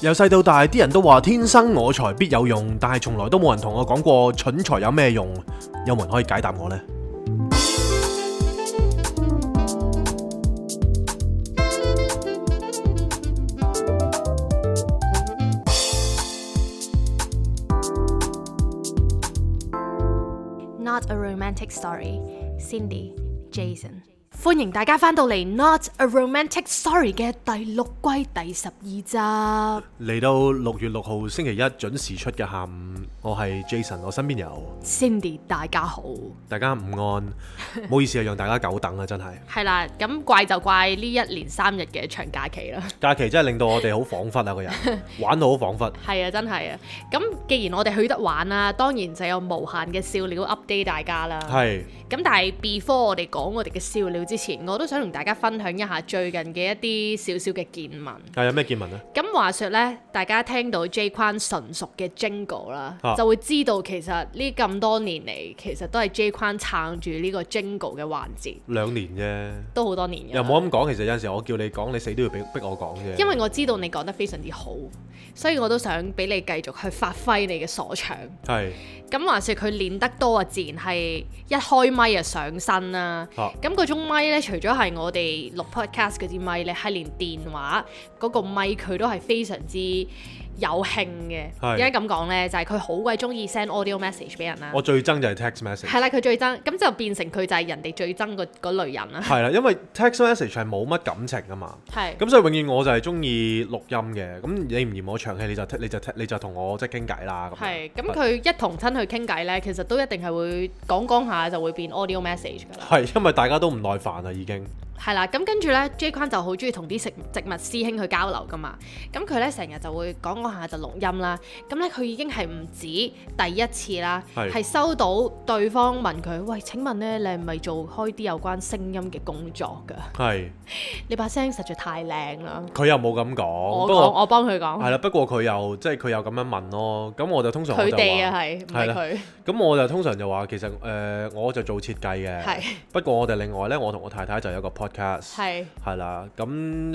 由細到大，啲人都話天生我材必有用，但係從來都冇人同我講過蠢材有咩用。有冇人可以解答我呢？ Not a romantic story. Cindy, Jason，歡迎大家翻到嚟《Not a romantic story》嘅第六季第十二嚟到六月六號星期一準時出嘅下午，我係 Jason，我身邊有集。Cindy，大家好。大家午安，唔好意思啊，讓大家久等啊，真係係啦，咁怪就怪呢一連三日嘅長假期啦。假期真係令到我哋好恍惚啊，個人 玩到好恍惚。係啊，真係啊。咁既然我哋去得玩啦，當然就有無限嘅笑料 update 大家啦。係咁但係 before 我哋講我哋嘅笑料之前，我都想同大家分享一下最近嘅一啲少少嘅見聞。係有咩見聞呢？咁話說咧，大家聽到 J 框純熟嘅 Jingle 啦，啊就會知道其實呢咁多年嚟，其實都係 J 框撐住呢個 Jingle 嘅環節，兩年都好多年啫，嘅。又冇咁講。其實有陣時我叫你講，你死都要逼逼我講啫。因為我知道你講得非常之好，所以我都想俾你繼續去發揮你嘅所長。係咁話說佢練得多啊，自然係一開咪啊上身啦、啊咁嗰種咪咧，除咗係我哋錄 podcast 嗰支咪咧，係連電話嗰個咪佢都係非常之有興嘅。係點解咁講咧？就係佢好鬼中意 send audio message 俾人啦。我最憎就係 text message。係啦，佢最憎，咁就變成佢就係人哋最憎嗰嗰類人啦。係啦，因為 text message 係冇乜感情啊嘛，係咁所以永遠我就係中意錄音嘅。咁你唔嫌我長氣，你就你就你就同我即係傾偈啦。咁樣係，咁佢一同親去傾偈咧，其實都一定係會講講下就會變 audio message 㗎啦。係因為大家都唔耐煩啦，已經係啦，咁跟住咧，J 框就好中意同啲食植物師兄去交流噶嘛。咁佢咧成日就會講講下就錄音啦。咁咧佢已經係唔止第一次啦，係係收到對方問佢：喂，請問咧，你係咪做開啲有關聲音嘅工作㗎？係你把聲實在太靚啦！佢又冇咁講，我哦不講，過我幫係佢講，啦，不過佢又即係佢又咁樣問咯。咁我就通常我佢就哋啊話，係，唔係係啦佢咁我就通常就話其實誒、呃我就做設計嘅，係不過我哋另外呢，我同我太太就有一個 podcast。係係啦，咁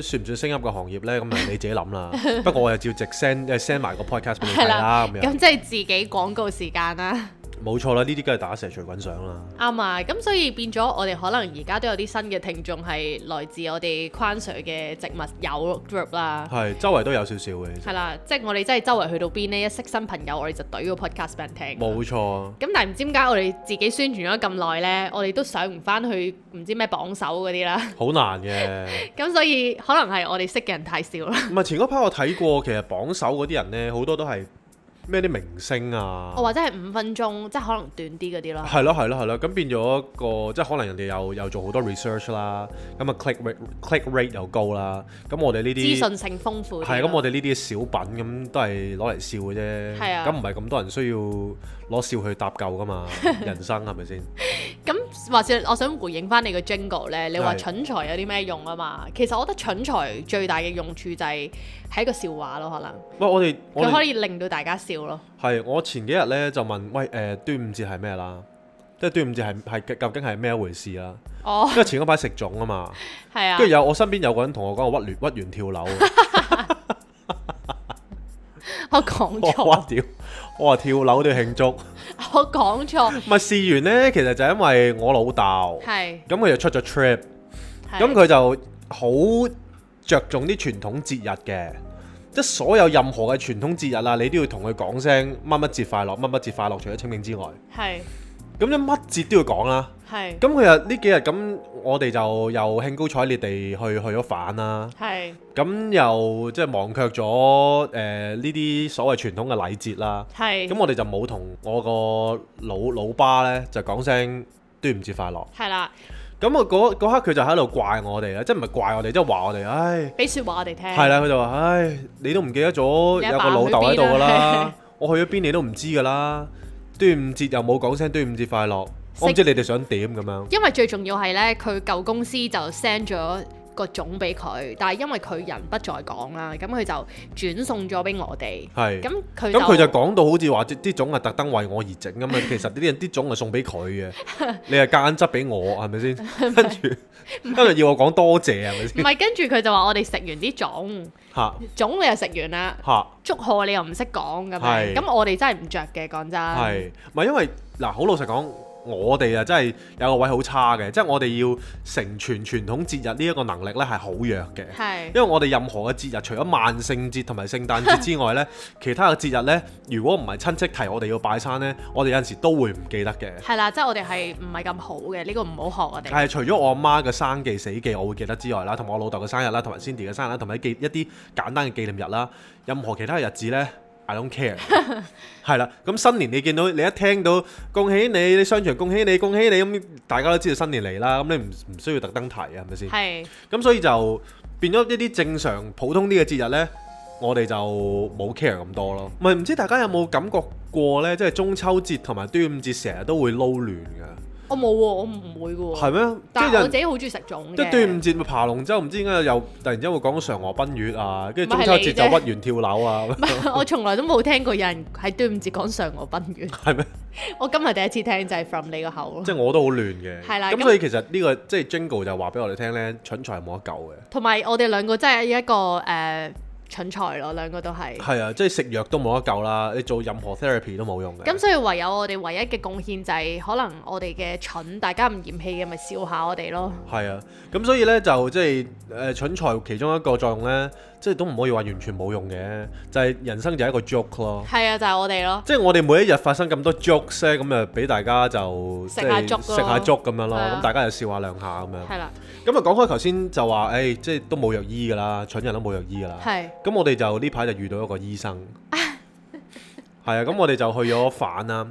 算唔算升級個行業呢？ 咁啊你自己諗啦。不過我又照直 send 誒 send 埋個 podcast 俾你睇啦，咁樣。咁即係自己廣告時間啦。冇錯啦，呢啲梗係打蛇隨棍上啦。啱啊！咁所以變咗，我哋可能而家都有啲新嘅聽眾係來自我哋框 Sir 嘅植物友 group 啦，係，周圍都有少少嘅。其實係啦，即係我哋真係周圍去到邊呢，一識新朋友，我哋就懟個 podcast 俾人聽。冇錯，咁但係唔知點解我哋自己宣傳咗咁耐呢，我哋都上唔翻去唔知咩榜首嗰啲啦。 好難嘅。咁所以可能係我哋識嘅人太少啦。唔係前嗰排我睇過，其實榜首嗰啲人呢，好多都係咩啲明星啊哦我。或者係五分鐘，即係可能短啲嗰啲咯。係咯係咯係咯，咁變咗個即係可能人哋又又做好多 research 啦，咁啊 click rate click rate 又高啦，咁我哋呢資啲訊性豐富啲咯。係咁我哋呢啲小品咁都係攞嚟笑嘅啫，係啊咁唔係咁多人需要攞笑去搭救噶嘛， 人生係咪先？咁話說，我想回應翻你個 jingle 咧，你話係蠢材有啲咩用啊嘛？其實我覺得蠢材最大嘅用處就係係一個笑話咯，可喂，我哋我能佢哋可以令到大家笑咯。係，我前幾日咧就問，喂誒、呃端午節係咩啦？即係端午節係係究竟係咩一回事 啦？哦，因為前嗰排食粽啊嘛，係啊跟，住有我身邊有個人同我講，我屈完屈 完 跳樓，我講我錯，話屌，我話跳樓都要慶 祝。我講錯，咪事源咧，其實就因為我老豆，係咁佢就出咗 trip，係咁佢就好着重啲傳統節日嘅。即係所有任何嘅傳統節日啊，你都要同佢講聲乜乜節快樂，乜乜節快樂，除咗清明之外，係咁一乜節都要講啊啦。係咁佢又呢幾日咁，我哋就又興高采烈地去去咗反啦。係咁又即係忘卻咗誒呢啲所謂傳統嘅禮節啦。係咁我哋就冇同我個老老爸呢，就講聲端午節快樂。係啦，咁我嗰嗰刻佢就喺度怪我哋啦，即係唔係怪我哋，即係話我哋，唉，俾説話我哋聽，係啦，佢就話，唉，你都唔記得咗你有阿爸個老豆喺度㗎去邊 啦啊，我去咗邊你都唔知㗎啦。端午節又冇講聲端午節快樂，我唔知你哋想點咁樣。因為最重要係咧，佢舊公司就 send 咗個粽俾佢，但係因為佢人不在港啦，咁佢就轉送咗俾我哋。係。咁佢咁佢就講到好似話啲啲種啊係特登為我而整咁 啊，其實啲人啲種係送俾佢 嘅，你係夾硬執俾我係咪先？ 跟住跟住要我講多謝係咪唔先？ 係跟住佢就話我哋食完啲粽，嚇粽你又食完啦， 嚇。祝賀你又唔識講咁樣，係咁我哋真係唔着嘅講真。係，唔係因為嗱，好老實講，我哋啊真係有個位好差嘅，即係我哋要成全傳統節日呢一個能力呢係好弱嘅。係因為我哋任何嘅節日，除咗萬聖節同埋聖誕節之外呢， 其他嘅節日呢，如果唔係親戚提我哋要拜山呢，我哋有陣時都會唔記得嘅。係啦，即係我哋係唔係咁好嘅？呢個唔好學我哋。係除咗我阿媽嘅生忌死忌，我會記得之外啦，同埋我老豆嘅生日啦，同埋 Cindy 嘅生日啦，同埋一記一啲簡單嘅紀念日啦，任何其他嘅日子呢 i don't care。係啦，咁新年你見到你一聽到恭喜你，你商場恭喜你，恭喜你，咁大家都知道新年嚟啦，咁你唔唔需要特登提啊，係咪先？係咁所以就變咗一啲正常普通啲嘅節日呢，我哋就冇 care 咁多咯。唔係唔知大家有冇感覺過呢？即係中秋節同埋端午節成日都會撈亂㗎，我冇喎，我唔會嘅喎。係咩？即但係有係我人自己好中意食粽即係端午嘅。節咪爬龍舟，唔知點解又突然之間會講嫦娥奔月啊，跟住中咪係秋你節啫就屈原跳樓啊， 唔係，我從來都冇聽過有人喺端午節講嫦娥奔月。 係咩？ 我今日第一次聽就係 from 你個口咯。即係我都好亂嘅。係啦咁咁所以其實呢個即係 Jingle 就話俾我哋聽咧，蠢材係冇得救嘅。同埋我哋兩個真係一個誒、呃蠢材咯，兩個都係。係啊，即係食藥都冇得救啦，你做任何 therapy 都冇用嘅。咁所以唯有我哋唯一嘅貢獻就係可能我哋嘅蠢，大家唔嫌棄嘅咪笑下我哋咯。係啊，咁所以咧就即係誒、呃蠢材其中一個作用咧，即係都唔可以話完全冇用嘅，就係、人生就係一個 joke 咯。係啊，就係、我哋咯。即係我哋每一日發生咁多 jokes 咧，咁啊俾大家就食下即係 joke 食咯下 joke 咁樣咯，係啊咁大家就笑下兩下咁樣。係啦，咁啊，講開頭先就話，誒、即係都冇藥醫㗎啦，蠢人都冇藥醫㗎啦。係咁我哋就呢排就遇到一個醫 生，係啊，咁我哋就去咗反啦。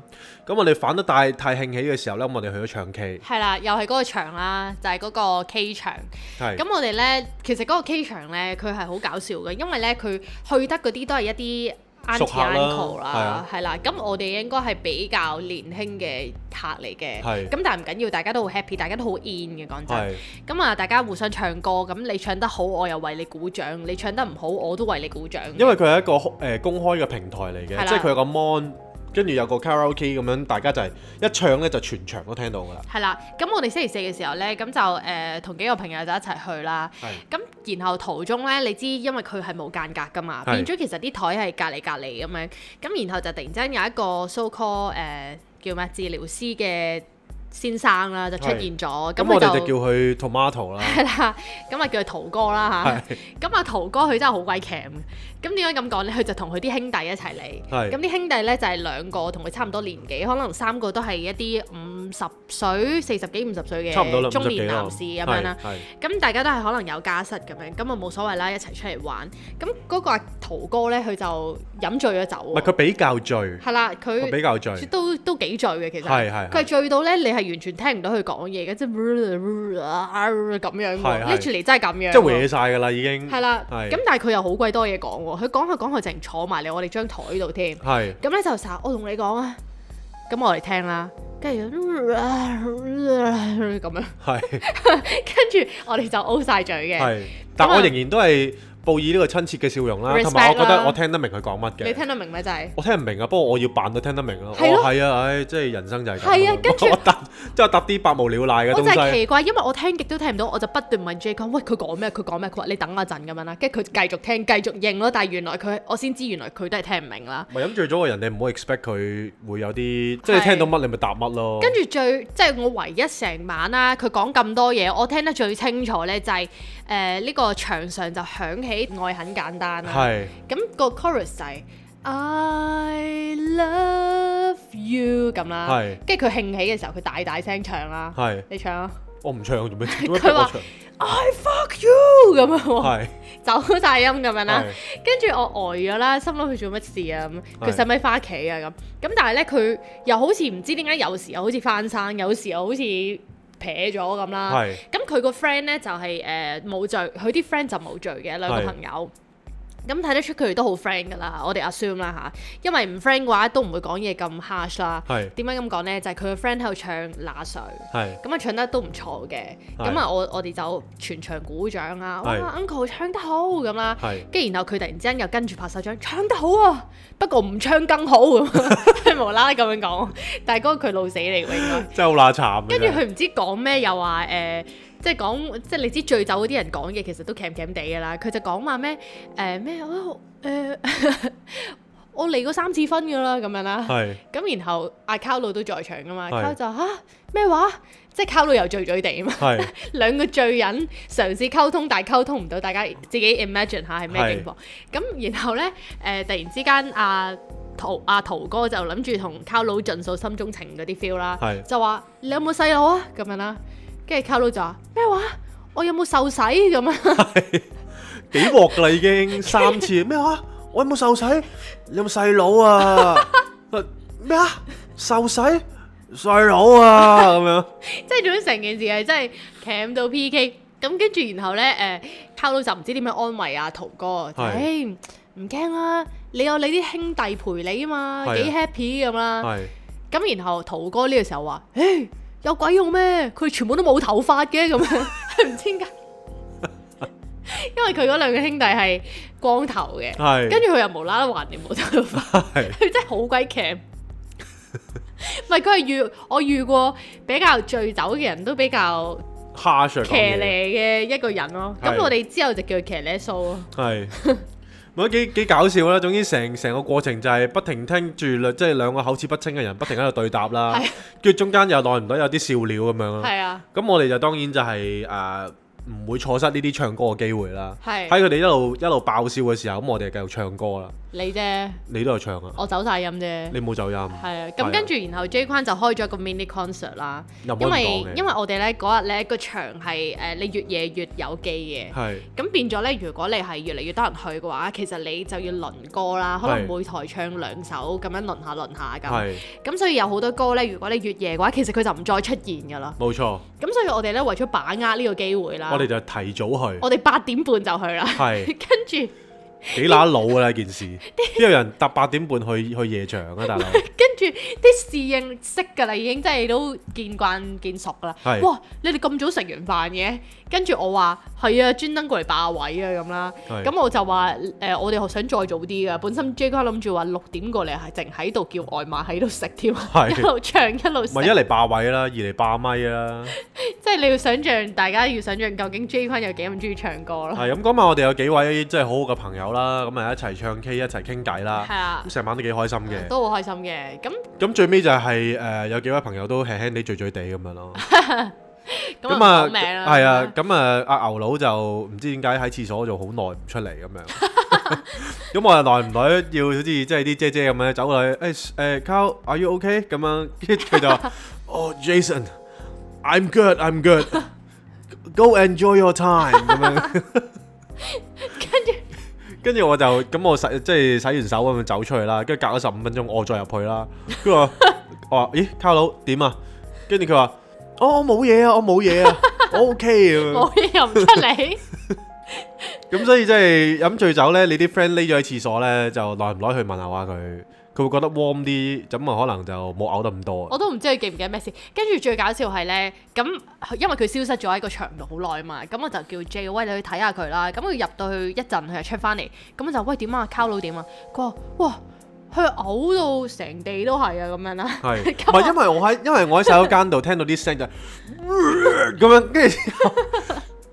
咁我哋反得太太興起嘅時候咧，咁我哋去咗唱 K，係啦，又係嗰個場啦，就係、嗰個 K 場。係咁我哋咧，其實嗰個 K 場咧，佢係好搞笑嘅，因為咧佢去得嗰啲都係一啲 auntie 熟客啦 uncle 係啦啊，係啦。咁我哋應該係比較年輕嘅客嚟嘅，係咁但係唔緊要，大家都好 happy，大家都好 in 嘅講真。係咁啊，大家互相唱歌，咁你唱得好，我又為你鼓掌；你唱得唔好，我都為你鼓掌。因為佢係一個誒、公開嘅平台嚟係啦嘅，即係佢有個 mon，跟住有個 karaoke 咁樣，大家就係一唱咧就全場都聽到㗎啦。係啦，咁我哋星期四嘅時候呢，咁就誒同、幾個朋友就一齊去啦。係咁然後途中呢，你知因為佢係冇間隔噶嘛，係變咗其實啲台係隔離隔離咁樣。咁然後就突然之間有一個 so call 誒、叫咩治療師嘅先生啦，就出現咗。咁咁我佢哋就就叫佢 tomato 啦，係啦，咁啊叫佢陶哥啦係嚇。咁啊陶哥佢真係好鬼 c 嘅。咁點解咁講呢？佢就同佢啲兄弟一齊嚟。係咁啲兄弟呢，就係、兩個同佢差唔多年紀，可能三個都係一啲五十歲、四十幾、五十歲差唔多啦，嘅五十中幾年啦男士咁樣啦。係係咁大家都係可能有家室咁樣，咁啊冇所謂啦，一齊出嚟玩。咁嗰個阿陶哥呢，佢就飲醉咗酒唔喎係佢比較醉，係啦，佢佢比較醉。都都幾醉嘅其實。係係係佢係醉到咧，你係完全聽唔到佢講嘢嘅，即係咁樣喎係係，literally 真係咁樣喎。即係搲晒㗎啦，已經係啦，係咁但係佢又好鬼多嘢講喎，佢講下講下淨坐埋嚟我哋張台度添。係咁咧就成日我同你講啊，咁我嚟聽啦，跟住咁樣，係跟住我哋就 O 晒嘴嘅。係，但咁啊我仍然都係報以呢個親切嘅笑容啦， Respect 同埋我覺啦得我聽得明佢講乜你嘅。聽得明咩？就係我聽唔明啊，不過我要扮到聽得明啊。我係咯係啊，唉，即係人生就係咁。係啊跟住我答即係答啲百無聊賴嘅我就係東西。奇怪，因為我聽極都聽唔到，我就不斷問 J 講，喂佢講咩？佢講咩？佢話你等我陣咁樣啦，跟住佢繼續聽，繼續應咯。但係原來佢我先知原來佢都係聽唔明啦。咪飲醉咗嘅人，你唔好 expect 佢會有啲，即係你係聽到乜你咪答乜咯。跟住最即係我唯一成晚啦，佢講咁多嘢，我聽得最清楚咧就係誒呢個牆上就響起愛很簡單啦。係咁個 chorus 就係 I love you 咁啦係，跟住佢興起嘅時候，佢大大聲唱啦，係，你唱啊我唔唱做咩？做咩 佢逼我話唱？ I fuck you 咁啊樣喎，係走晒音咁樣啦係，跟住我呆咗啦，心諗佢做乜事啊咁，佢係使唔使翻屋企啊咁，咁但係咧佢又好似唔知點解有時又好似翻生，有時又好似撇咗咁啦。係呃咁佢個 friend 咧就係誒冇罪，佢啲 friend 就冇罪嘅兩個係朋友。咁睇得出佢哋都好 friend 噶啦，我哋 assume 啦吓，因為唔 friend 嘅話都唔會講嘢咁 harsh 啦。係點解咁講呢？就係佢個 friend 喺度唱那誰，係咁啊唱得都唔錯嘅。係咁啊，我我哋就全場鼓掌啦，係哇 uncle 唱得好咁啦。係跟住然後佢突然之間又跟住拍手掌，唱得好啊！不過唔唱更好 咁，啊無啦啦咁樣講。但係嗰個佢老死嚟喎，應該。真係好乸慘嘅跟住啫。佢唔知講咩，又話誒、呃即係講即係你知醉酒嗰啲人講嘢其實都 cam cam 地㗎啦。佢就講話咩誒咩我誒 我離過三次婚㗎啦咁樣啦。係咁然後阿卡路都在場㗎嘛，係卡路就嚇咩話？即係卡路又醉醉地啊嘛， 係兩個醉人嘗試溝通，但係溝通唔到，大家自己 imagine 下係咩係情況。咁然後呢，誒、突然之間阿、陶阿、陶哥就諗住同卡路盡訴心中情嗰啲 feel 啦。係就話你有冇細佬啊咁樣啦，跟住卡佬就話咩話？我有冇受洗咁啊？幾鑊㗎啦已 經三次咩話？我有冇受洗？你有冇細佬啊？啊咩啊？受洗細佬啊咁樣。即係總之成件事係真係鉗到 PK。咁跟住然後咧，誒、卡佬就唔知點樣安慰啊陶哥，就誒唔驚啦，你有你啲兄弟陪你啊嘛，係啊幾 happy 咁啦。係咁然後陶哥呢個時候話：，誒、有鬼用咩？佢全部都冇頭髮嘅咁樣， 唔知點解。因為佢嗰兩個兄弟係光頭嘅，係跟住佢又無啦啦還你冇頭髮。係佢真係好鬼 c 唔係佢係遇我遇過比較醉酒嘅人都比較蝦上騎呢嘅一個人咯。咁係我哋之後就叫佢騎呢數咯。係。唔係幾幾搞笑啦，總之成成個過程就係不停聽住兩即係兩個口齒不清嘅人不停喺度對答啦係，跟住中間又耐唔耐有啲笑料咁樣啦。係啊，咁我哋就當然就係誒唔會錯失呢啲唱歌嘅機會啦。喺係佢哋一路一路爆笑嘅時候，咁我哋繼續唱歌啦。你啫，你都有唱啊？我走晒音啫。你冇走音，係啊，係啊咁跟住然後 J 框就開咗一個 mini concert 啦，又唔可以咁因為講嘅因為我哋咧嗰日咧個場係誒你越夜越有機嘅。係咁變咗咧，如果你係越嚟越多人去嘅話，其實你就要輪歌啦，可能係每台唱兩首咁樣輪下輪下咁。係咁所以有好多歌咧，如果你越夜嘅話，其實佢就唔再出現㗎啦。冇錯，咁所以我哋咧為咗把握呢個機會啦，我哋就提早去，啊我哋八點半就去啦， 係跟住幾乸老㗎啦件事，邊有人搭八點半去 去夜場啊，大佬？跟住啲侍應識㗎啦，已經真係都見慣見熟㗎啦係。哇！你哋咁早食完飯嘅，跟住我話係啊，專登過嚟霸位啊咁啦。係咁我就話誒、我哋想再早啲㗎。本身 J 哥諗住話六點過嚟，係淨喺度叫外賣喺度食添，啊係一路唱一路唔食係。一嚟霸位啦，二嚟霸咪啦，即係你要想象，大家要想象究竟 J 君有幾咁中意唱歌咯。係咁嗰晚我哋有幾位即係好好嘅朋友啦，咁啊一齊唱 K 一齊傾偈啦，係啊咁，成晚都幾開心嘅。都好開心嘅。咁咁最尾就係誒有幾位朋友都輕輕地醉醉地咁樣咯。咁咁啊，啊，係啊，，咁啊，阿牛佬就唔知點解喺廁所就好耐唔出嚟咁樣。 咁我又耐唔耐要好似即係啲姐姐咁樣走過去，誒誒，Carl，are you okay？咁樣，跟住佢就話： 哦，Jason，I'm good，I'm good。Go enjoy your time 咁樣。跟住，跟住我就咁我洗即係洗完手咁樣走出去啦，跟住隔咗十五分鐘我再入去啦。跟住我話 我話：咦，卡佬點啊？跟住佢話：哦，我冇嘢啊，我冇嘢啊，我 OK 咁樣。冇嘢又唔出嚟， 咁所以即係飲醉酒咧，你啲 friend 匿咗喺廁所咧，就耐唔耐去問候下佢，佢會覺得 warm 啲，咁啊可能就冇嘔得咁多。我都唔知佢記唔記得咩事。跟住最搞笑係咧，咁因為佢消失咗喺個場度好耐嘛，咁我就叫 J 喂你去睇下佢啦。咁佢入到去一陣，佢就出翻嚟，咁我就喂點啊，卡佬點啊？佢話哇，佢嘔到成地都係啊咁樣 啦。係，唔咁我係因為我喺因為我喺洗手間度聽到啲聲 就咁樣，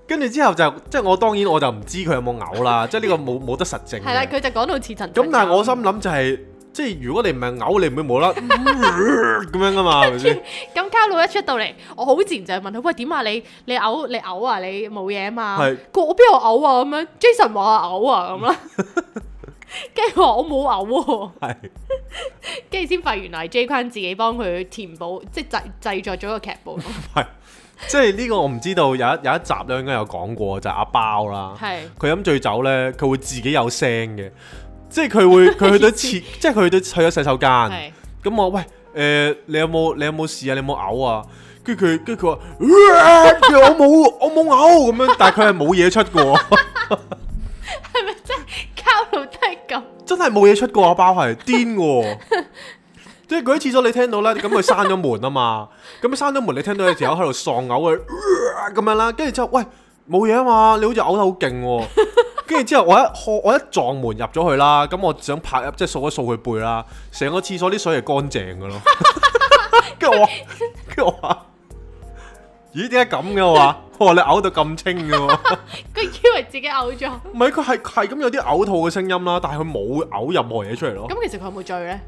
跟住之後，跟住之後就即係我當然我就唔知佢有冇嘔 啦，即係呢個冇冇得實證係啦，嘅。佢就講到似層。咁但係我心諗就係、即係如果你唔係嘔，你唔會冇 啦 咁樣噶嘛，係咪先？咁卡佬一出到嚟，我好自然就問佢：喂，點啊你？你嘔你嘔啊？你冇嘢啊嘛？係佢話我邊度嘔啊？咁樣 Jason 話我嘔啊咁啦， 跟住我話我冇嘔喎，係跟住先發現原來 J 君自己幫佢填補，即係製製作咗個劇 本，係，即係呢個我唔知道有一有一集咧應該有講過就係、阿包啦。係佢飲醉酒咧，佢會自己有聲嘅，即係佢會佢去 到廁，即係佢去到去咗洗手間，係咁我喂誒、呃你有冇你有冇事啊？你有冇嘔啊？跟住佢跟住佢話，呃佢話我冇我冇嘔咁樣，但係佢係冇嘢出嘅喎，卡路都係咁。真係冇嘢出過啊！包係癲嘅喎， 即係佢喺廁所你聽到咧，咁佢閂咗門啊嘛，咁閂咗門你聽到有條友喺度喪嘔啊 咁樣啦，跟住之後喂冇嘢啊嘛，你好似嘔得好勁喎，跟住之後我一我 我一撞門入咗去啦，咁我想拍入即係掃一掃佢背啦，成個廁所啲水係乾淨嘅咯， 跟住我 跟住我話咦點解咁嘅我話我話你嘔到咁清嘅喎。佢以為自己嘔咗，唔係佢係係咁有啲嘔吐嘅聲音啦，但係佢冇嘔任何嘢出嚟咯。咁其實佢有冇醉咧？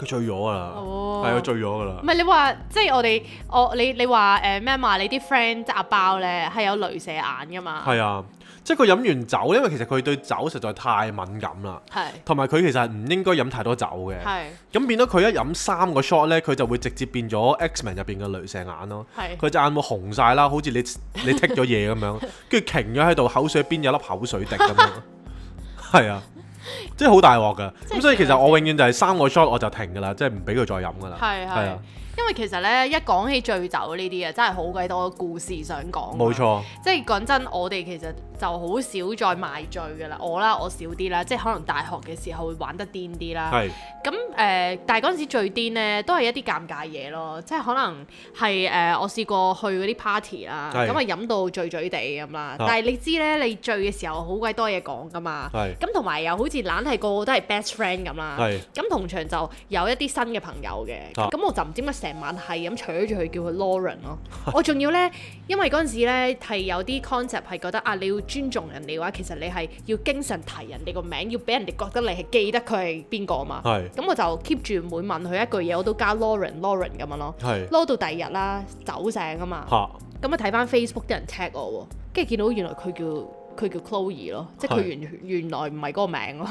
佢醉咗噶啦，哦係佢醉咗噶啦唔。係你話，即係我哋我你你話誒咩啊嘛？你啲 friend 即係阿包咧係有雷射眼噶嘛？係啊，即係佢飲完酒，因為其實佢對酒實在太敏感啦，係同埋佢其實係唔應該飲太多酒嘅。係咁變咗佢一飲三個 shot 咧，佢就會直接變咗 X-Men 入邊嘅雷射眼咯。係佢隻眼會紅晒啦，好似你你剔咗嘢咁 樣，跟住擎咗喺度，口水邊有粒口水滴咁樣。係啊，即係好大鑊噶。即係咁所以其實我永遠就係三個 shot 我就停噶啦，即係唔俾佢再飲噶啦。係係係啊。，因為其實咧一講起醉酒呢啲啊，真係好鬼多故事想講。啊冇。錯，即係講真，我哋其實就好少再賣醉㗎啦。我啦，我少啲啦，即係可能大學嘅時候會玩得癲啲啦。係咁誒、呃但係嗰陣時最癲咧，都係一啲尷尬嘢咯，即係可能係誒、呃我試過去嗰啲 party 啦，係啊咁啊飲到醉醉地咁啦。但係你知咧，你醉嘅時候好鬼多嘢講噶嘛，係咁同埋又好似懶係個個都係 best friend 咁啦係。咁同場就有一啲新嘅朋友嘅，啊咁我就唔知點解成晚係咁扯住佢叫佢 Lauren 咯。我仲要咧，因為嗰陣時咧係有啲 concept 係覺得啊，你要尊重人哋嘅話，其實你係要經常提人哋個名，要俾人哋覺得你係記得佢係邊個啊嘛。係咁我就 keep 住每問佢一句嘢，我都加 Lauren Lauren 咁樣咯。係撈到第二日啦，走醒啊嘛，嚇咁啊睇翻 Facebook 啲人 tag 我喎，跟住見到原來佢叫佢叫 Chloe 咯，即係佢係原原來唔係嗰個名咯，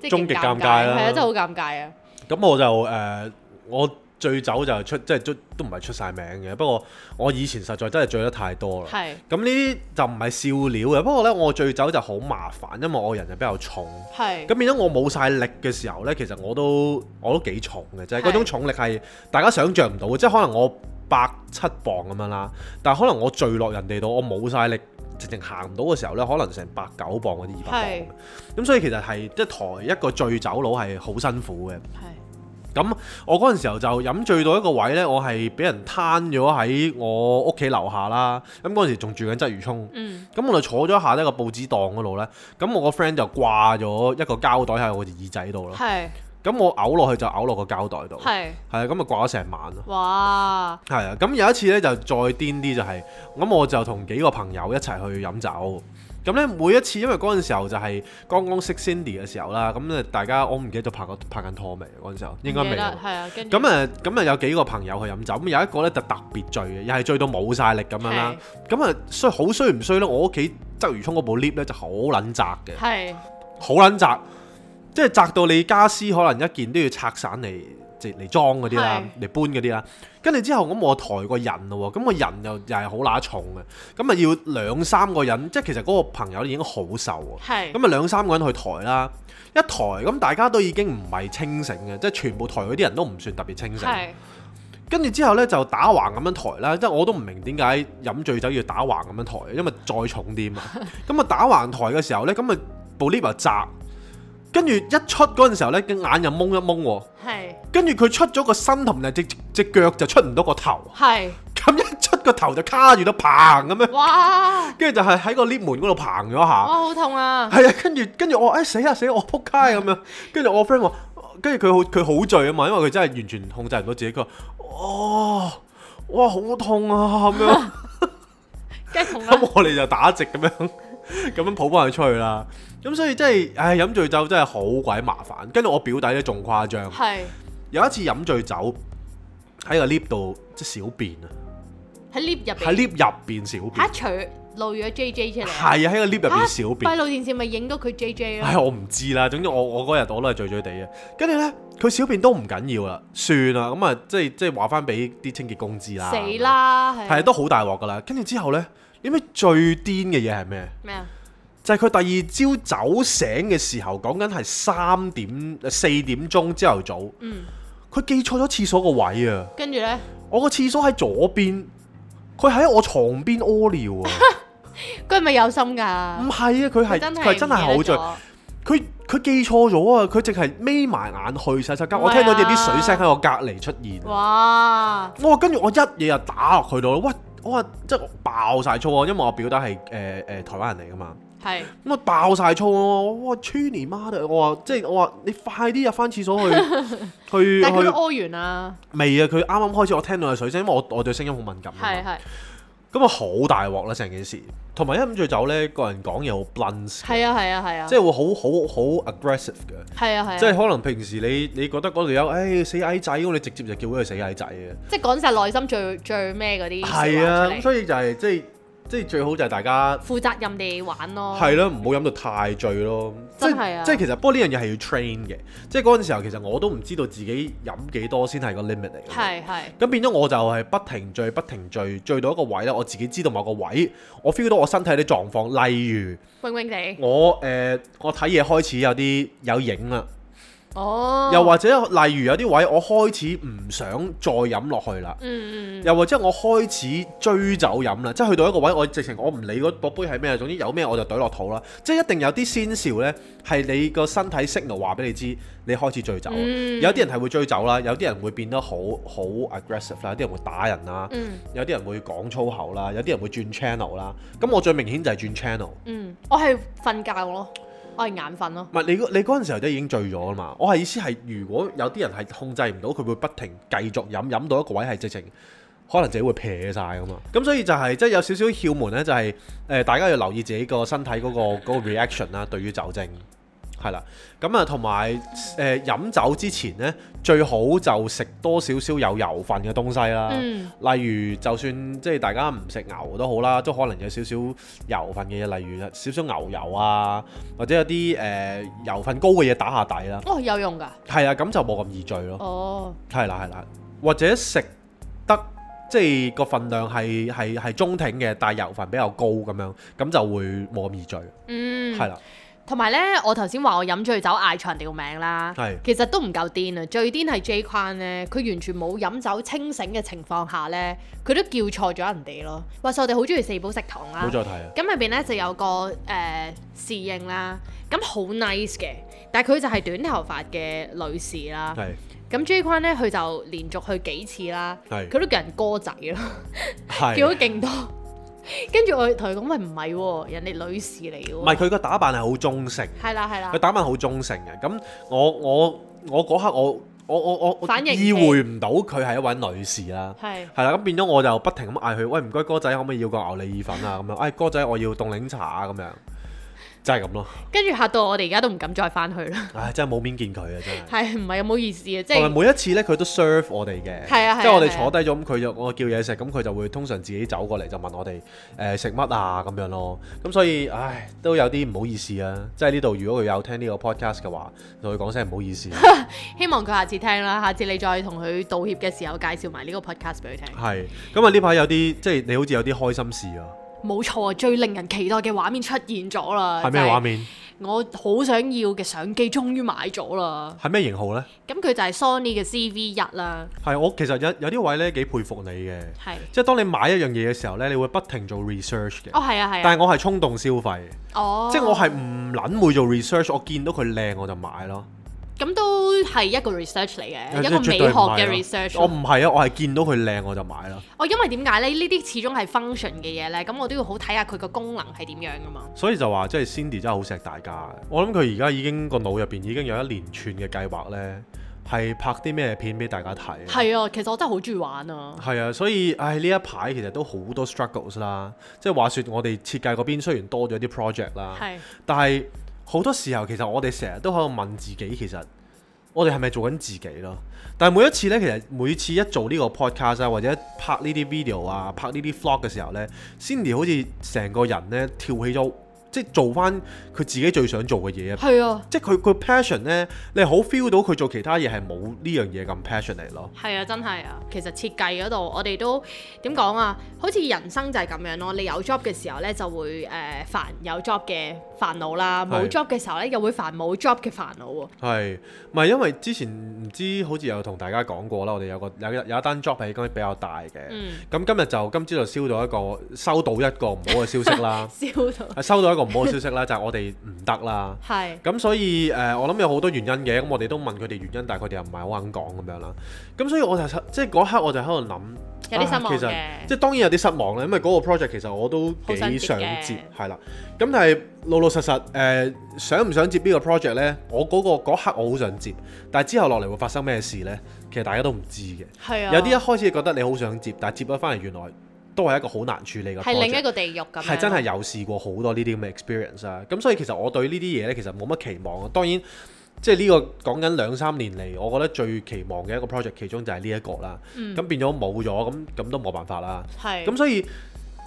即係終極勁尷尬啦係啊，真係好尷尬啊！咁我就誒、呃我醉酒就出即係都都唔係出晒名嘅，不過我以前實在真係醉得太多啦。係咁呢啲就唔係笑料嘅，不過呢，我醉酒就好麻煩，因為我人就比較重。係咁變咗我冇晒力嘅時候呢，其實我都我都幾重嘅，就係嗰種係重力係大家想像唔到嘅，即係可能我百七磅咁樣啦，但係可能我墜落人哋度，我冇晒力，直情行唔到嘅時候呢，可能成百九磅或者二百係磅。咁所以其實係即係抬一個醉酒佬係好辛苦嘅。係咁我嗰陣時候就飲醉到一個位呢，我係俾人攤咗喺我屋企樓下啦。咁嗰陣時仲住緊鰂魚涌。嗯咁我就坐咗下呢個報紙檔嗰度呢。咁我個 friend 就掛咗一個膠袋喺我隻耳仔度咯。係咁我嘔落去就嘔落個膠袋度，係係啊，咁啊掛咗成晚咯。哇係啊，咁有一次呢，就再癲啲就係、咁我就同幾個朋友一齊去飲酒。咁呢，每一次，因為嗰陣時候就係剛剛識 Cindy 嘅時候啦，咁咧大家我唔記得咗拍過拍緊拖未嗰陣時候，應該唔記未得啊。係啊，跟住咁啊，咁啊有幾個朋友去飲酒，咁有一個咧就特別醉嘅，又係醉到冇晒力咁樣啦。咁啊衰好衰唔衰咧？我屋企鰂魚涌嗰部 lift 咧就好撚窄嘅，係好撚窄，即係窄到你家私可能一件都要拆散嚟即嚟裝嗰啲啦，嚟搬嗰啲啦。跟住之後咁我抬個人咯喎，咁個人又又係好乸重嘅，咁啊要兩三個人，即係其實嗰個朋友已經好瘦啊。係咁啊兩三個人去抬啦，一抬咁大家都已經唔係清醒嘅，即係全部抬嗰啲人都唔算特別清醒。係跟住之後呢，就打橫咁樣抬啦，即係我都唔明點解飲醉酒要打橫咁樣抬，因為再重啲嘛。咁啊打橫抬嘅時候呢，咁啊部 lift 又窄，跟住一出嗰陣時候呢，隻眼又蒙一蒙喎，係跟住佢出咗個身同埋隻隻腳就出唔到個頭，係咁一出個頭就卡住咗，嘭咁樣，哇哇跟住就係喺個 lift 門嗰度嘭咗一下。好痛啊！係啊，跟住跟住我誒死啊死啊，我撲街咁樣。跟住我 friend 話，跟住佢好佢好醉啊嘛，因為佢真係完全控制唔到自己。佢話：哦，哇好痛啊咁樣。梗係痛啦咁，我哋就打直咁樣咁樣抱翻佢出去啦。咁所以真係，唉飲醉酒真係好鬼麻煩。跟住我表弟咧仲誇張，係有一次飲醉酒喺個 lift 度即係小便啊，喺 lift 入喺邊 lift 入邊小嚇便，除露咗 J J 出嚟啊。係啊喺個 lift 入邊小便閉。路電視咪影到佢 J J 咯。唉，我唔知啦。總之我我嗰日我都係醉醉地嘅。跟住呢，佢小便都唔緊要啦，算啦。咁啊，即係即係話翻俾啲清潔工知啦。死！啦，係係都好大鑊噶啦。跟住之後呢，你知唔知最癲嘅嘢係咩？咩啊？就係佢第二朝走醒嘅時候，講緊係三點四點鐘朝頭早，嗯，佢記錯咗廁所個位啊！跟住咧，我個廁所喺左邊，佢喺我床邊屙尿啊！ 佢係咪有心㗎？唔係啊，佢係真係佢係真係好醉。唔佢佢記錯咗啊！佢淨係眯埋眼去洗手間，我喂啊聽到有啲水聲喺我隔離出現。啊哇！我話跟住我一嘢就打落去到啦，喂！我話即係我爆晒粗啊，因為我表弟係誒誒台灣人嚟㗎嘛，係咁我爆晒粗啊！我話哇穿你媽的！我話即係我話你快啲入翻廁所 去去但係佢都去屙完啦，未啊！佢啱啱開始我聽到有水聲，因為我我對聲音好敏感㗎嘛係係咁啊好大鑊啦成件事，同埋一飲醉酒咧，個人講嘢好 blunt，係啊係啊係啊，即係會好好好 aggressive 嘅。係啊係啊，即即係係可能平時你你覺得嗰度有誒死矮仔咁，你直接就叫佢死矮仔嘅。即係講晒內心最最咩嗰啲係啊，咁説話出嚟所以就係即係即係最好就係大家負責任地玩咯，係啊咯，唔好飲到太醉咯。即哦真係啊即係其實不過呢樣嘢係要 train 嘅，即係嗰陣時候其實我都唔知道自己飲幾多先係個 limit 嚟嘅。係係咁變咗我就係不停醉，不停醉，醉到一個位咧，我自己知道某個位，我 feel 到我身體啲狀況，例如。 wing wing 地我誒、呃我睇嘢開始有啲有影啦，哦，又或者例如有啲位我開始唔想再飲落去啦，嗯嗯嗯又或者我開始追酒飲啦，即係去到一個位，我直情我唔理嗰嗰杯係咩，總之有咩我就懟落肚啦，即係一定有啲先兆呢，係你個身體 signal 話俾你知，你開始醉酒啦。啊嗯有啲人係會追酒啦，有啲人會變得好好 aggressive 啦，有啲人會打人啦，嗯有啲人會講粗口啦，有啲人會轉 channel 啦。咁我最明顯就係轉 channel。嗯，我係瞓覺咯，我係眼瞓咯，唔係你嗰你嗰陣時候都已經醉咗啦嘛，我係意思係如果有啲人係控制唔到，佢會不停繼續飲，飲到一個位係直情可能自己會撇晒噶嘛。咁所以就係、即係有少少竅門咧，就係、呃大家要留意自己個身體嗰、個嗰個 reaction 啦，對於酒精係啦。咁啊，同埋誒飲酒之前呢，最好就食多少少有油份嘅東西啦。嗯例如，就算即係大家唔食牛都好啦，都可能有少少油份嘅嘢，例如少少牛油啊，或者有啲誒、呃油份高嘅嘢打下底啦。哦有用㗎，係啊，咁就冇咁易醉咯。哦係啦，係啦，或者食得即係個份量係係係中挺嘅，但係油份比較高咁樣，咁就會冇咁易醉。嗯係啦，同埋咧，我頭先話我飲醉酒嗌錯人哋個名啦係，其實都唔夠癲啊！最癲係 J Kwan 咧，佢完全冇飲酒清醒嘅情況下咧，佢都叫錯咗人哋咯。話晒我哋好中意四寶食堂啦冇，再睇啊。咁入邊咧就有個誒、呃、侍應啦，咁好 nice 嘅，但係佢就係短頭髮嘅女士啦。係咁 J Kwan 咧，佢就連續去幾次啦，係佢都叫人哥仔咯。叫係，咗勁多。跟住我同佢講，喂唔係喎，人哋女士嚟唔嘅係喎。佢個打扮係好中性。係啦係啦佢，打扮好中性嘅，咁我我我嗰刻我我我我我反應唔意會唔到佢係一位女士啦，係係啦，咁變咗我就不停咁嗌佢，喂唔該哥仔可唔可以要個牛脷意粉啊咁樣，哎哥仔我要凍檸茶啊咁樣，就係咁咯，跟住嚇到我哋而家都唔敢再翻去啦。 唉真係冇面見佢啊真係。係唔係咁好意思啊？即同埋係每一次咧，佢都 serve 我哋嘅，係啊係啊即係我哋係啊坐低咗，咁佢就我叫嘢食，咁佢就會通常自己走過嚟就問我哋誒食乜啊咁樣咯。咁所以唉都有啲唔好意思啊，即係呢度如果佢有聽呢個 podcast 嘅話，同佢講聲唔好意思啊。希望佢下次聽啦，下次你再同佢道歉嘅時候，介紹埋呢個 podcast 俾佢聽。係，咁啊呢排有啲即係你好似有啲開心事啊，冇錯啊，最令人期待嘅畫面出現咗啦。係咩就畫？面？我好想要嘅相機終於買咗啦。係咩型號呢？咁佢就係 Sony 嘅 CV 一啦，係我其實有有啲位呢幾佩服你嘅，係。即係當你買一樣嘢嘅時候呢，你會不停做 research 嘅。哦係啊係啊。但係我係衝動消費，哦。即係我係唔撚會做 research，我見到佢靚我就買咯。咁都係一個 research 嚟嘅，一即個係絕對美學唔係嘅咯 research 我咯。唔係啊，我係見到佢靚我就買啦。哦，因為點解咧？呢啲始終係 function 嘅嘢咧，咁我都要好睇下佢個功能係點樣噶嘛。所以就話即係 Cindy 真係好錫大家嘅。我諗佢而家已經個腦入邊已經有一連串嘅計劃呢，係拍啲咩片俾大家睇。係啊，其實我真係好中意玩啊。係啊，所以唉呢一排其實都好多 struggles 啦，即係話說我哋設計嗰邊雖然多咗啲 project 啦，係但係好多時候其實我哋成日都喺度問自己，其實我哋係咪做緊自己咯？但係每一次呢，其實每次一做呢個 podcast 啊，或者拍呢啲 video 啊，拍呢啲 vlog 嘅時候呢 Cindy 好似成個人呢跳起咗，即係做翻佢自己最想做嘅嘢啊！係啊，即係佢佢 passion 呢，你係好 feel 到佢做其他嘢係冇呢樣嘢咁 passion 嚟咯。係啊，真係啊。其實設計嗰度，我哋都點講啊？好似人生就係咁樣咯。你有 job 嘅時候咧，就會誒、呃、煩有 job 嘅煩惱啦；冇係 job 嘅時候咧，又會煩冇 job 嘅煩惱喎。 係，唔係因為之前唔知好似有同大家講過啦，我哋有個有有一單 job 係比較大嘅，咁、嗯今日就今朝就燒到一個收到一個唔好嘅消息啦 ，啊燒到係收到一個個唔好嘅消息啦， 就係我哋唔得啦。係咁所以誒、呃我諗有好多原因嘅，咁我哋都問佢哋原因，但係佢哋又唔係好肯講咁樣啦。咁所以我就即係嗰一刻我就喺度諗，有啲失望啊其實嘅嗯即係當然有啲失望啦，因為嗰個 project 其實我都好想幾接想嘅接，係啦。咁但係老老實實誒、呃想唔想接呢個 project 呢？我嗰、個嗰刻我好想接，但係之後落嚟會發生咩事呢？其實大家都唔知嘅。係啊，有啲一開始覺得你好想接，但係接咗翻嚟原來都係一個好難處理嘅 project。係另一個地獄咁樣，係真係有試過好多呢啲咁嘅 experience 啊！咁所以其實我對呢啲嘢呢，其實冇乜期望啊。當然，即係呢個講緊兩三年嚟，我覺得最期望嘅一個 project 其中就係呢一個啦。嗯咁、變咗冇咗，咁咁都冇辦法啦。係咁所以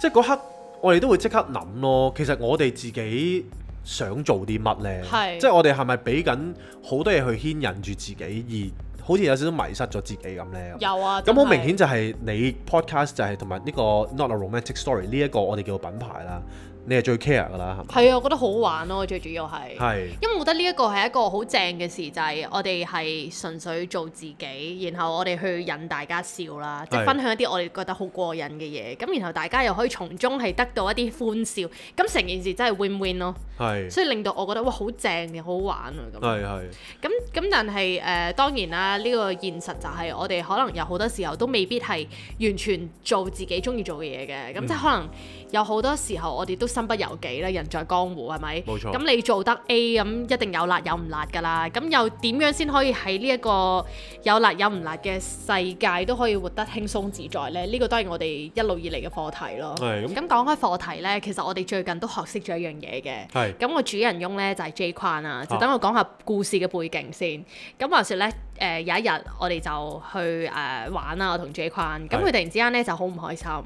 即係嗰刻，我哋都會即刻諗咯。其實我哋自己想做啲乜呢？係即係我哋係咪俾緊好多嘢去牽引住自己，而好似有少少迷失咗自己咁呢？有啊，咁好真係明顯就係你 podcast 就係同埋呢個 Not a Romantic Story 呢一個我哋叫做品牌啦，你係最 care 㗎啦，係啊，我覺得好玩咯，最主要係係。咪？係。因為我覺得呢一個係一個好正嘅事，就係、我哋係純粹做自己，然後我哋去引大家笑啦，即係係分享一啲我哋覺得好過癮嘅嘢，咁然後大家又可以從中係得到一啲歡笑，咁成件事真係 win win 咯，係所以令到我覺得哇好正嘅，好好玩啊咁。係係咁咁，但係誒、呃、當然啦，呢、個現實就係我哋可能有好多時候都未必係完全做自己中意做嘅嘢嘅，嗯咁、即係可能有好多時候我哋都身不由己啦，人在江湖係咪？冇錯咁你做得 A 咁一定有辣有唔辣㗎啦，咁又點樣先可以喺呢一個有辣有唔辣嘅世界都可以活得輕鬆自在呢？呢、個當然我哋一路以嚟嘅課題咯。係咁咁講開課題呢，其實我哋最近都學識咗一樣嘢嘅。係咁我主人翁咧就係 J 框啦，就啊等我講下故事嘅背景先。咁話說咧，誒、有一日我哋就去誒、呃玩啦，我同 J 框。咁係佢突然之間咧就好唔開心，嚇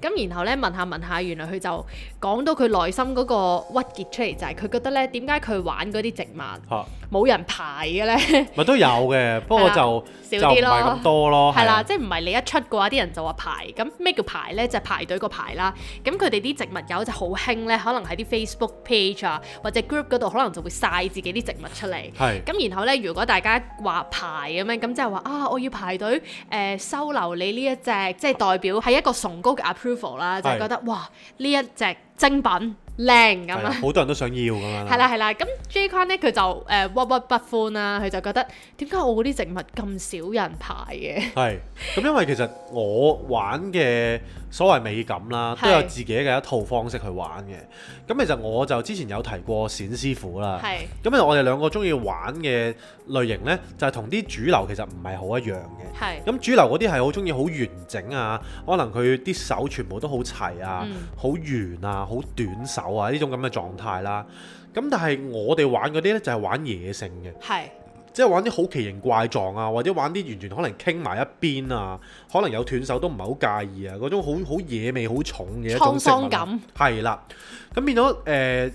咁然後咧問下問下，原來佢就講到佢內心嗰個鬱結出嚟，就係、佢覺得咧點解佢玩嗰啲植物嚇，冇人排嘅咧？咪都有嘅，不過係啦就就少啲唔係咯咁多咯， 係啦，啊即係唔係你一出嘅話，啲人就話排。咁咩叫排呢？就係排隊個排啦。咁佢哋啲植物友就好興呢，可能喺啲 Facebook page 啊或者 group 嗰度，可能就會晒自己啲植物出嚟。係咁然後呢，如果大家話排咁樣，咁即係話啊，我要排隊誒、呃收留你呢一隻，即係代表係一個崇高嘅 approval 啦，就係係覺得哇呢一隻精品靚係咁樣啊。好多人都想要咁樣啦。係啦啊係啦，咁 J 框咧佢就誒、呃、鬱鬱不歡啦，佢就覺得點解我嗰啲植物咁少人排嘅？係，咁因為其實我玩嘅所謂美感啦，係都有自己嘅一套方式去玩嘅。咁其實我就之前有提過冼師傅啦，係啊咁其實我哋兩個中意玩嘅類型呢，就係同啲主流其實唔係好一樣嘅。係。咁主流嗰啲係好中意好完整啊，可能佢啲手全部都好齊啊嗯，好、圓啊，好短手啊呢種咁嘅狀態啦。咁但係我哋玩嗰啲呢，就係玩野性嘅。係即係玩啲好奇形怪狀啊，或者玩啲完全可能傾埋一邊啊，可能有斷手都唔係好介意啊，嗰種好好野味好重嘅一種滄食物桑啊。感，係啦，咁變咗誒、呃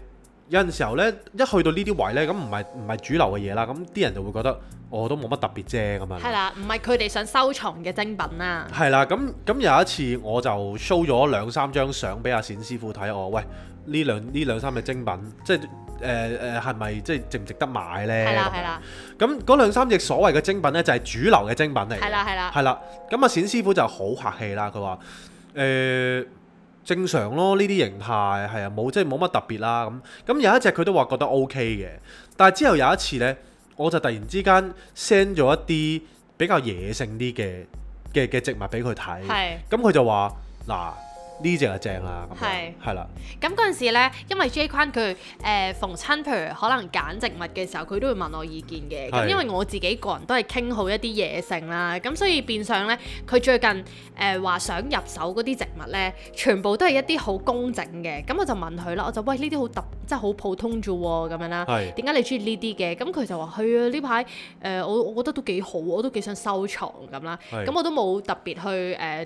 有陣時候呢，一去到呢啲位呢，咁唔係唔係主流嘅嘢啦，咁啲人就會覺得我、哦都冇乜特別啫咁係樣。啦，唔係佢哋想收藏嘅精品啊啦，係啦，咁咁有一次我就 show 咗兩三張相俾阿冼師傅睇，我喂呢兩呢兩三隻精品，即係誒誒係咪即係值唔值得買呢？咁係啊啦樣係啦咁嗰兩三隻所謂嘅精品呢，就係、主流嘅精品嚟嘅。係啦係啦，係啦，咁啊冼師傅就好客氣啦，佢話誒正常咯，呢啲形態係啊，冇即係冇乜特別啦咁。咁有一隻佢都話覺得 O K 嘅，但係之後有一次呢，我就突然之間 send 咗一啲比較野性啲嘅嘅嘅植物俾佢睇，係咁佢就話嗱呢只就正啦，咁係樣係啦，咁嗰陣時咧，因為 J 框佢誒逢親，譬如可能揀植物嘅時候，佢都會問我意見嘅。咁係因為我自己個人都係傾好一啲野性啦，咁所以變相咧，佢最近誒話、想入手嗰啲植物咧，全部都係一啲好工整嘅。咁我就問佢啦，我就喂呢啲好特，即係好普通啫喎，咁樣啦。係點解你中意呢啲嘅？咁佢就話係啊，呢排誒我我覺得都幾好，我都幾想收藏咁啦。係咁我都冇特別去誒、呃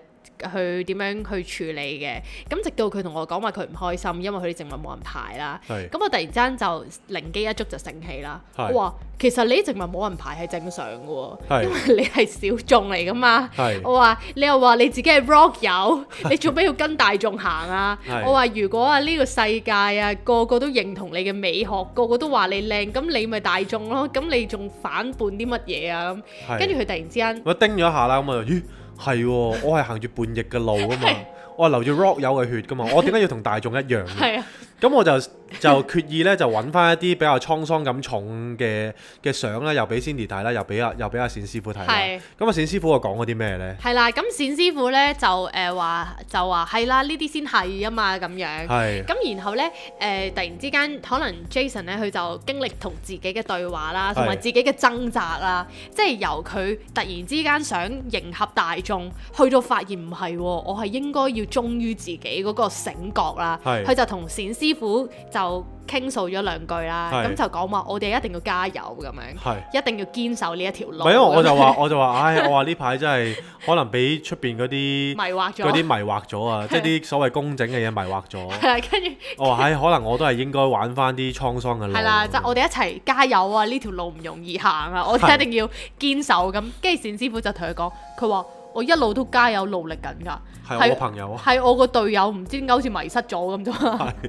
去點樣去處理嘅。咁直到佢同我講話佢唔開心，因為佢啲植物冇人排啦。係咁我突然之間就靈機一觸就醒起啦，係我話其實你啲植物冇人排係正常嘅喎，係因為你係小眾嚟噶嘛。係我話你又話你自己係 rock 友， 你做咩要跟大眾行啊？係我話如果啊呢個世界啊個個都認同你嘅美學，個個都話你靚，咁你咪大眾咯，咁你仲反叛啲乜嘢啊？咁係跟住佢突然之間。我叮咗一下啦，咁啊，咦，係喎， 我係行住叛逆嘅路啊嘛，我係流住 rock 友嘅血噶嘛，我點解要同大眾一樣嘅？係啊，咁我就就決意咧，就揾翻一啲比較滄桑咁重嘅嘅相咧，又俾 Cindy 睇啦，又俾阿又俾阿冼師傅睇啦係。咁阿冼師傅又講咗啲咩咧？係啦，咁冼師傅咧就誒話、就話係啦，呢啲先係啊嘛咁樣。係咁然後咧，誒、突然之間，可能 Jason 咧，佢就經歷同自己嘅對話啦，同係埋自己嘅掙扎啦，即係由佢突然之間想迎合大眾，去到發現唔係喎，我係應該要忠於自己嗰個醒覺啦。係佢就同冼師傅就傾訴咗兩句啦，係咁就講話我哋一定要加油咁啊樣，係。一定要堅守呢一條唔路。係因為我就話 咁樣我就話，唉，我話呢排真係可能俾出邊嗰啲迷惑咗嗰啲迷惑咗啊，即係啲所謂工整嘅嘢迷惑咗。 係啊啦，跟住。我話唉，可能我都係應該玩翻啲滄桑嘅路。係啦，就我哋一齊加油啊！呢條路唔容易行啊，我哋係一定要堅守咁。跟住善師傅就同佢講，佢話我一路都加油努力緊㗎，係我朋友啊，係我個隊友唔知點解好似迷失咗咁啫嘛。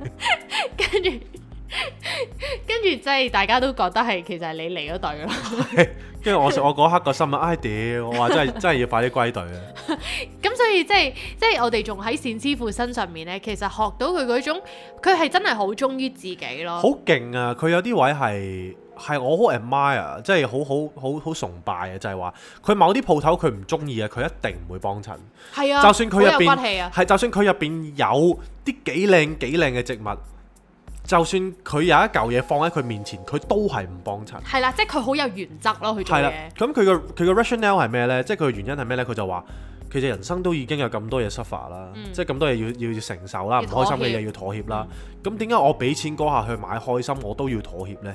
跟住跟住即係大家都覺得係其實係你離咗隊咯。跟住我 我嗰刻個心啊，唉屌！我話真係真 係要快啲歸隊 啊！咁所以即係即係我哋仲喺善師傅身上面咧，其實學到佢嗰種，佢係真係好忠於自己咯。好勁啊！佢有啲位係係我好 admire，即係好好好好崇拜啊！就係話佢某啲鋪頭佢唔中意嘅，啊佢一定唔會幫襯。係啊，就算佢入好有骨氣邊啊，係，就算佢入邊有啲幾靚幾靚嘅植物，就算佢有一嚿嘢放喺佢面前，佢都係唔幫襯。係啦，即係佢好有原則咯，佢做係啦嘢，。咁佢個佢個 rationale 係咩呢？即係佢嘅原因係咩呢？佢就話其實人生都已經有咁多嘢 suffer 啦，即係咁多嘢要要要承受啦，唔嗯要開妥協嗯心嘅嘢要妥協啦。咁點解我俾錢嗰下去買開心，我都要妥協呢？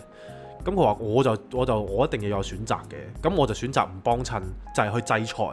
咁佢話我就我就我一定要有選擇嘅，咁我就選擇唔幫襯，就係、去制裁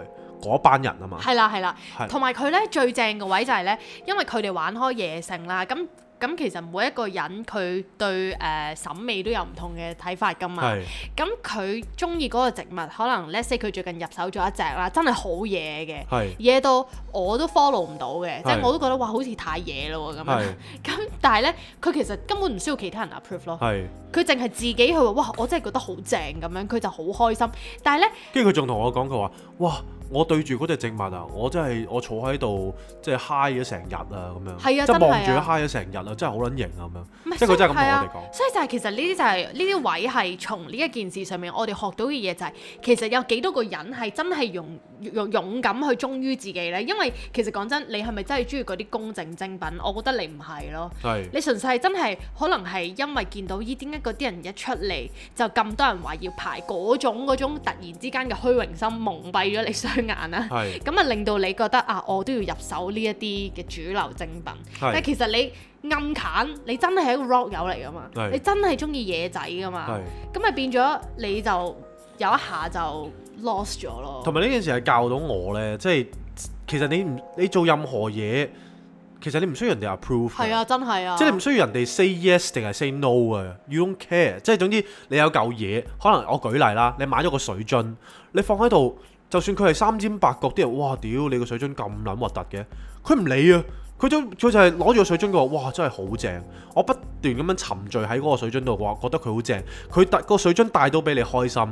嗰班人啊嘛。係啦係啦係，同埋佢咧最正嘅位就係咧，因為佢哋玩開野性啦，咁咁其實每一個人佢對誒、呃、審美都有唔同嘅睇法㗎嘛。係咁佢中意嗰個植物，可能 let's say 佢最近入手咗一隻啦，真係好嘢嘅。係嘢到我都 follow 唔到嘅，即係係我都覺得哇，好似太野咯喎咁樣係。咁但係咧，佢其實根本唔需要其他人 approve 咯，係。佢淨係自己去話哇，我真係覺得好正咁樣，佢就好開心。但係咧，跟住佢仲同我講，佢話：哇！我對住嗰隻植物啊，我真係我坐喺度，即係嗨咗成日啊咁樣，係啊即真係啊望住佢嗨咗成日啊，真係好撚型啊咁唔樣，係即係佢真係咁同所以啊我哋講。所以就係其實呢啲就係呢啲位係從呢一件事上面，我哋學到嘅嘢就係、其實有幾多個人係真係勇勇勇敢去忠於自己呢？因為其實講真，你係咪真係中意嗰啲公正精品？我覺得你唔係咯。係你純粹係真係可能係因為見到咦點解嗰啲人一出嚟就咁多人話要排嗰種嗰種突然之間嘅虛榮心蒙蔽咗你雙眼啦、係咁啊令到你覺得啊，我都要入手呢一啲嘅主流精品，但係其實你暗砍，你真係一個 rock 友嚟噶嘛係，你真係中意野仔噶嘛係，，咁咪變咗你就有一下就 lost 咗咯。同埋呢件事係教到我咧，即係其實你唔你做任何嘢，其實你唔需要人哋 approve。係啊，，真係啊，即係你唔需要人哋 say yes 定係 say no 啊，you don't care。即係總之你有嚿嘢，可能我舉例啦，你買咗個水樽，你放喺度，就算佢係三尖八角，啲人哇屌你個水樽咁撚核突嘅，佢唔理啊。佢都佢就係攞住個水樽，佢話：哇，真係好正！我不斷咁樣沉醉喺嗰個水樽度，話覺得佢好正。佢帶個水樽帶到俾你開心，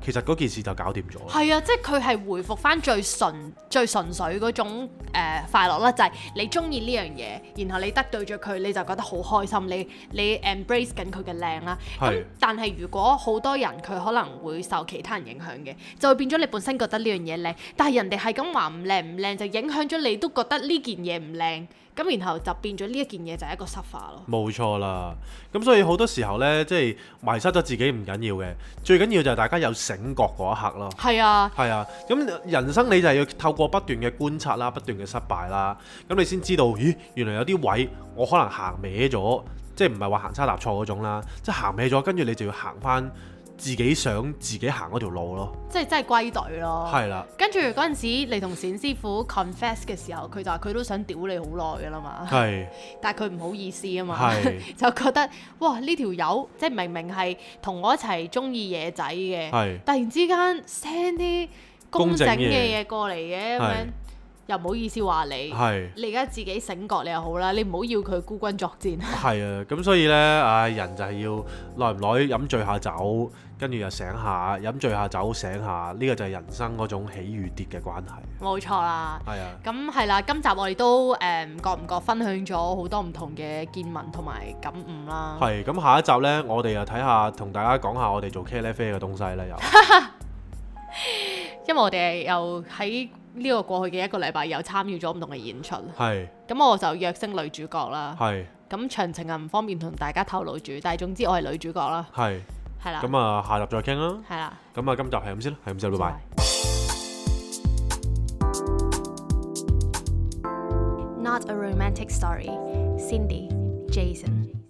其實嗰件事就搞掂咗。係啊，即係佢係回復翻最純最純粹嗰種、呃、快樂啦，就係、你中意呢樣嘢，然後你得對咗佢，你就覺得好開心，你你 embrace 緊佢嘅靚啦。係咁但係如果好多人佢可能會受其他人影響嘅，就會變咗你本身覺得呢樣嘢靚，但係人哋係咁話唔靚唔靚，就影響咗你都覺得呢件嘢唔靚，咁然後就變咗呢一件嘢就係一個 suffer 咯。冇錯啦，咁所以好多時候呢，即係迷失咗自己唔緊要嘅，最緊要就係大家有醒覺嗰一刻咯。係啊，係啊，咁人生你就係要透過不斷嘅觀察啦，不斷嘅失敗啦，咁你先知道，咦，原來有啲位我可能行歪咗，即係唔係話行差踏錯嗰種啦，即係行歪咗，跟住你就要行翻自己想自己行嗰條路咯，即係真係歸隊咯。係啦，跟住嗰陣時，你同冼師傅 confess 嘅時候，佢就話佢都想屌你好耐㗎啦嘛，係但係佢唔好意思啊嘛，係 就覺得哇呢條友即係明明係同我一齊中意野仔嘅，係突然之間 send 啲公公正正嘢嘅嘢過嚟嘅係咁樣，又唔好意思話你。係你而家自己醒覺你又好啦，你唔好要佢孤軍作戰。 係啊，咁所以呢，唉，人就係要耐唔耐飲醉下酒，跟住又醒下，飲醉下酒醒下，呢、個就係人生嗰種起與跌嘅關係。冇錯啦。係啊，咁係啦，今集我哋都誒唔覺唔覺分享咗好多唔同嘅見聞同埋感悟啦。係咁下一集呢，我哋又睇下同大家講下我哋做茄喱啡嘅東西啦，又因為我哋又喺呢個過去嘅一個禮拜又參與咗唔同嘅演出，係咁我就約升女主角啦。係咁詳情啊唔方便同大家透露住，但係總之我係女主角啦，係，係啦，咁啊下集再傾啦。係啦，咁啊今集係咁先啦，係咁先啦，拜拜。。 Not a romantic story. Cindy, Jason.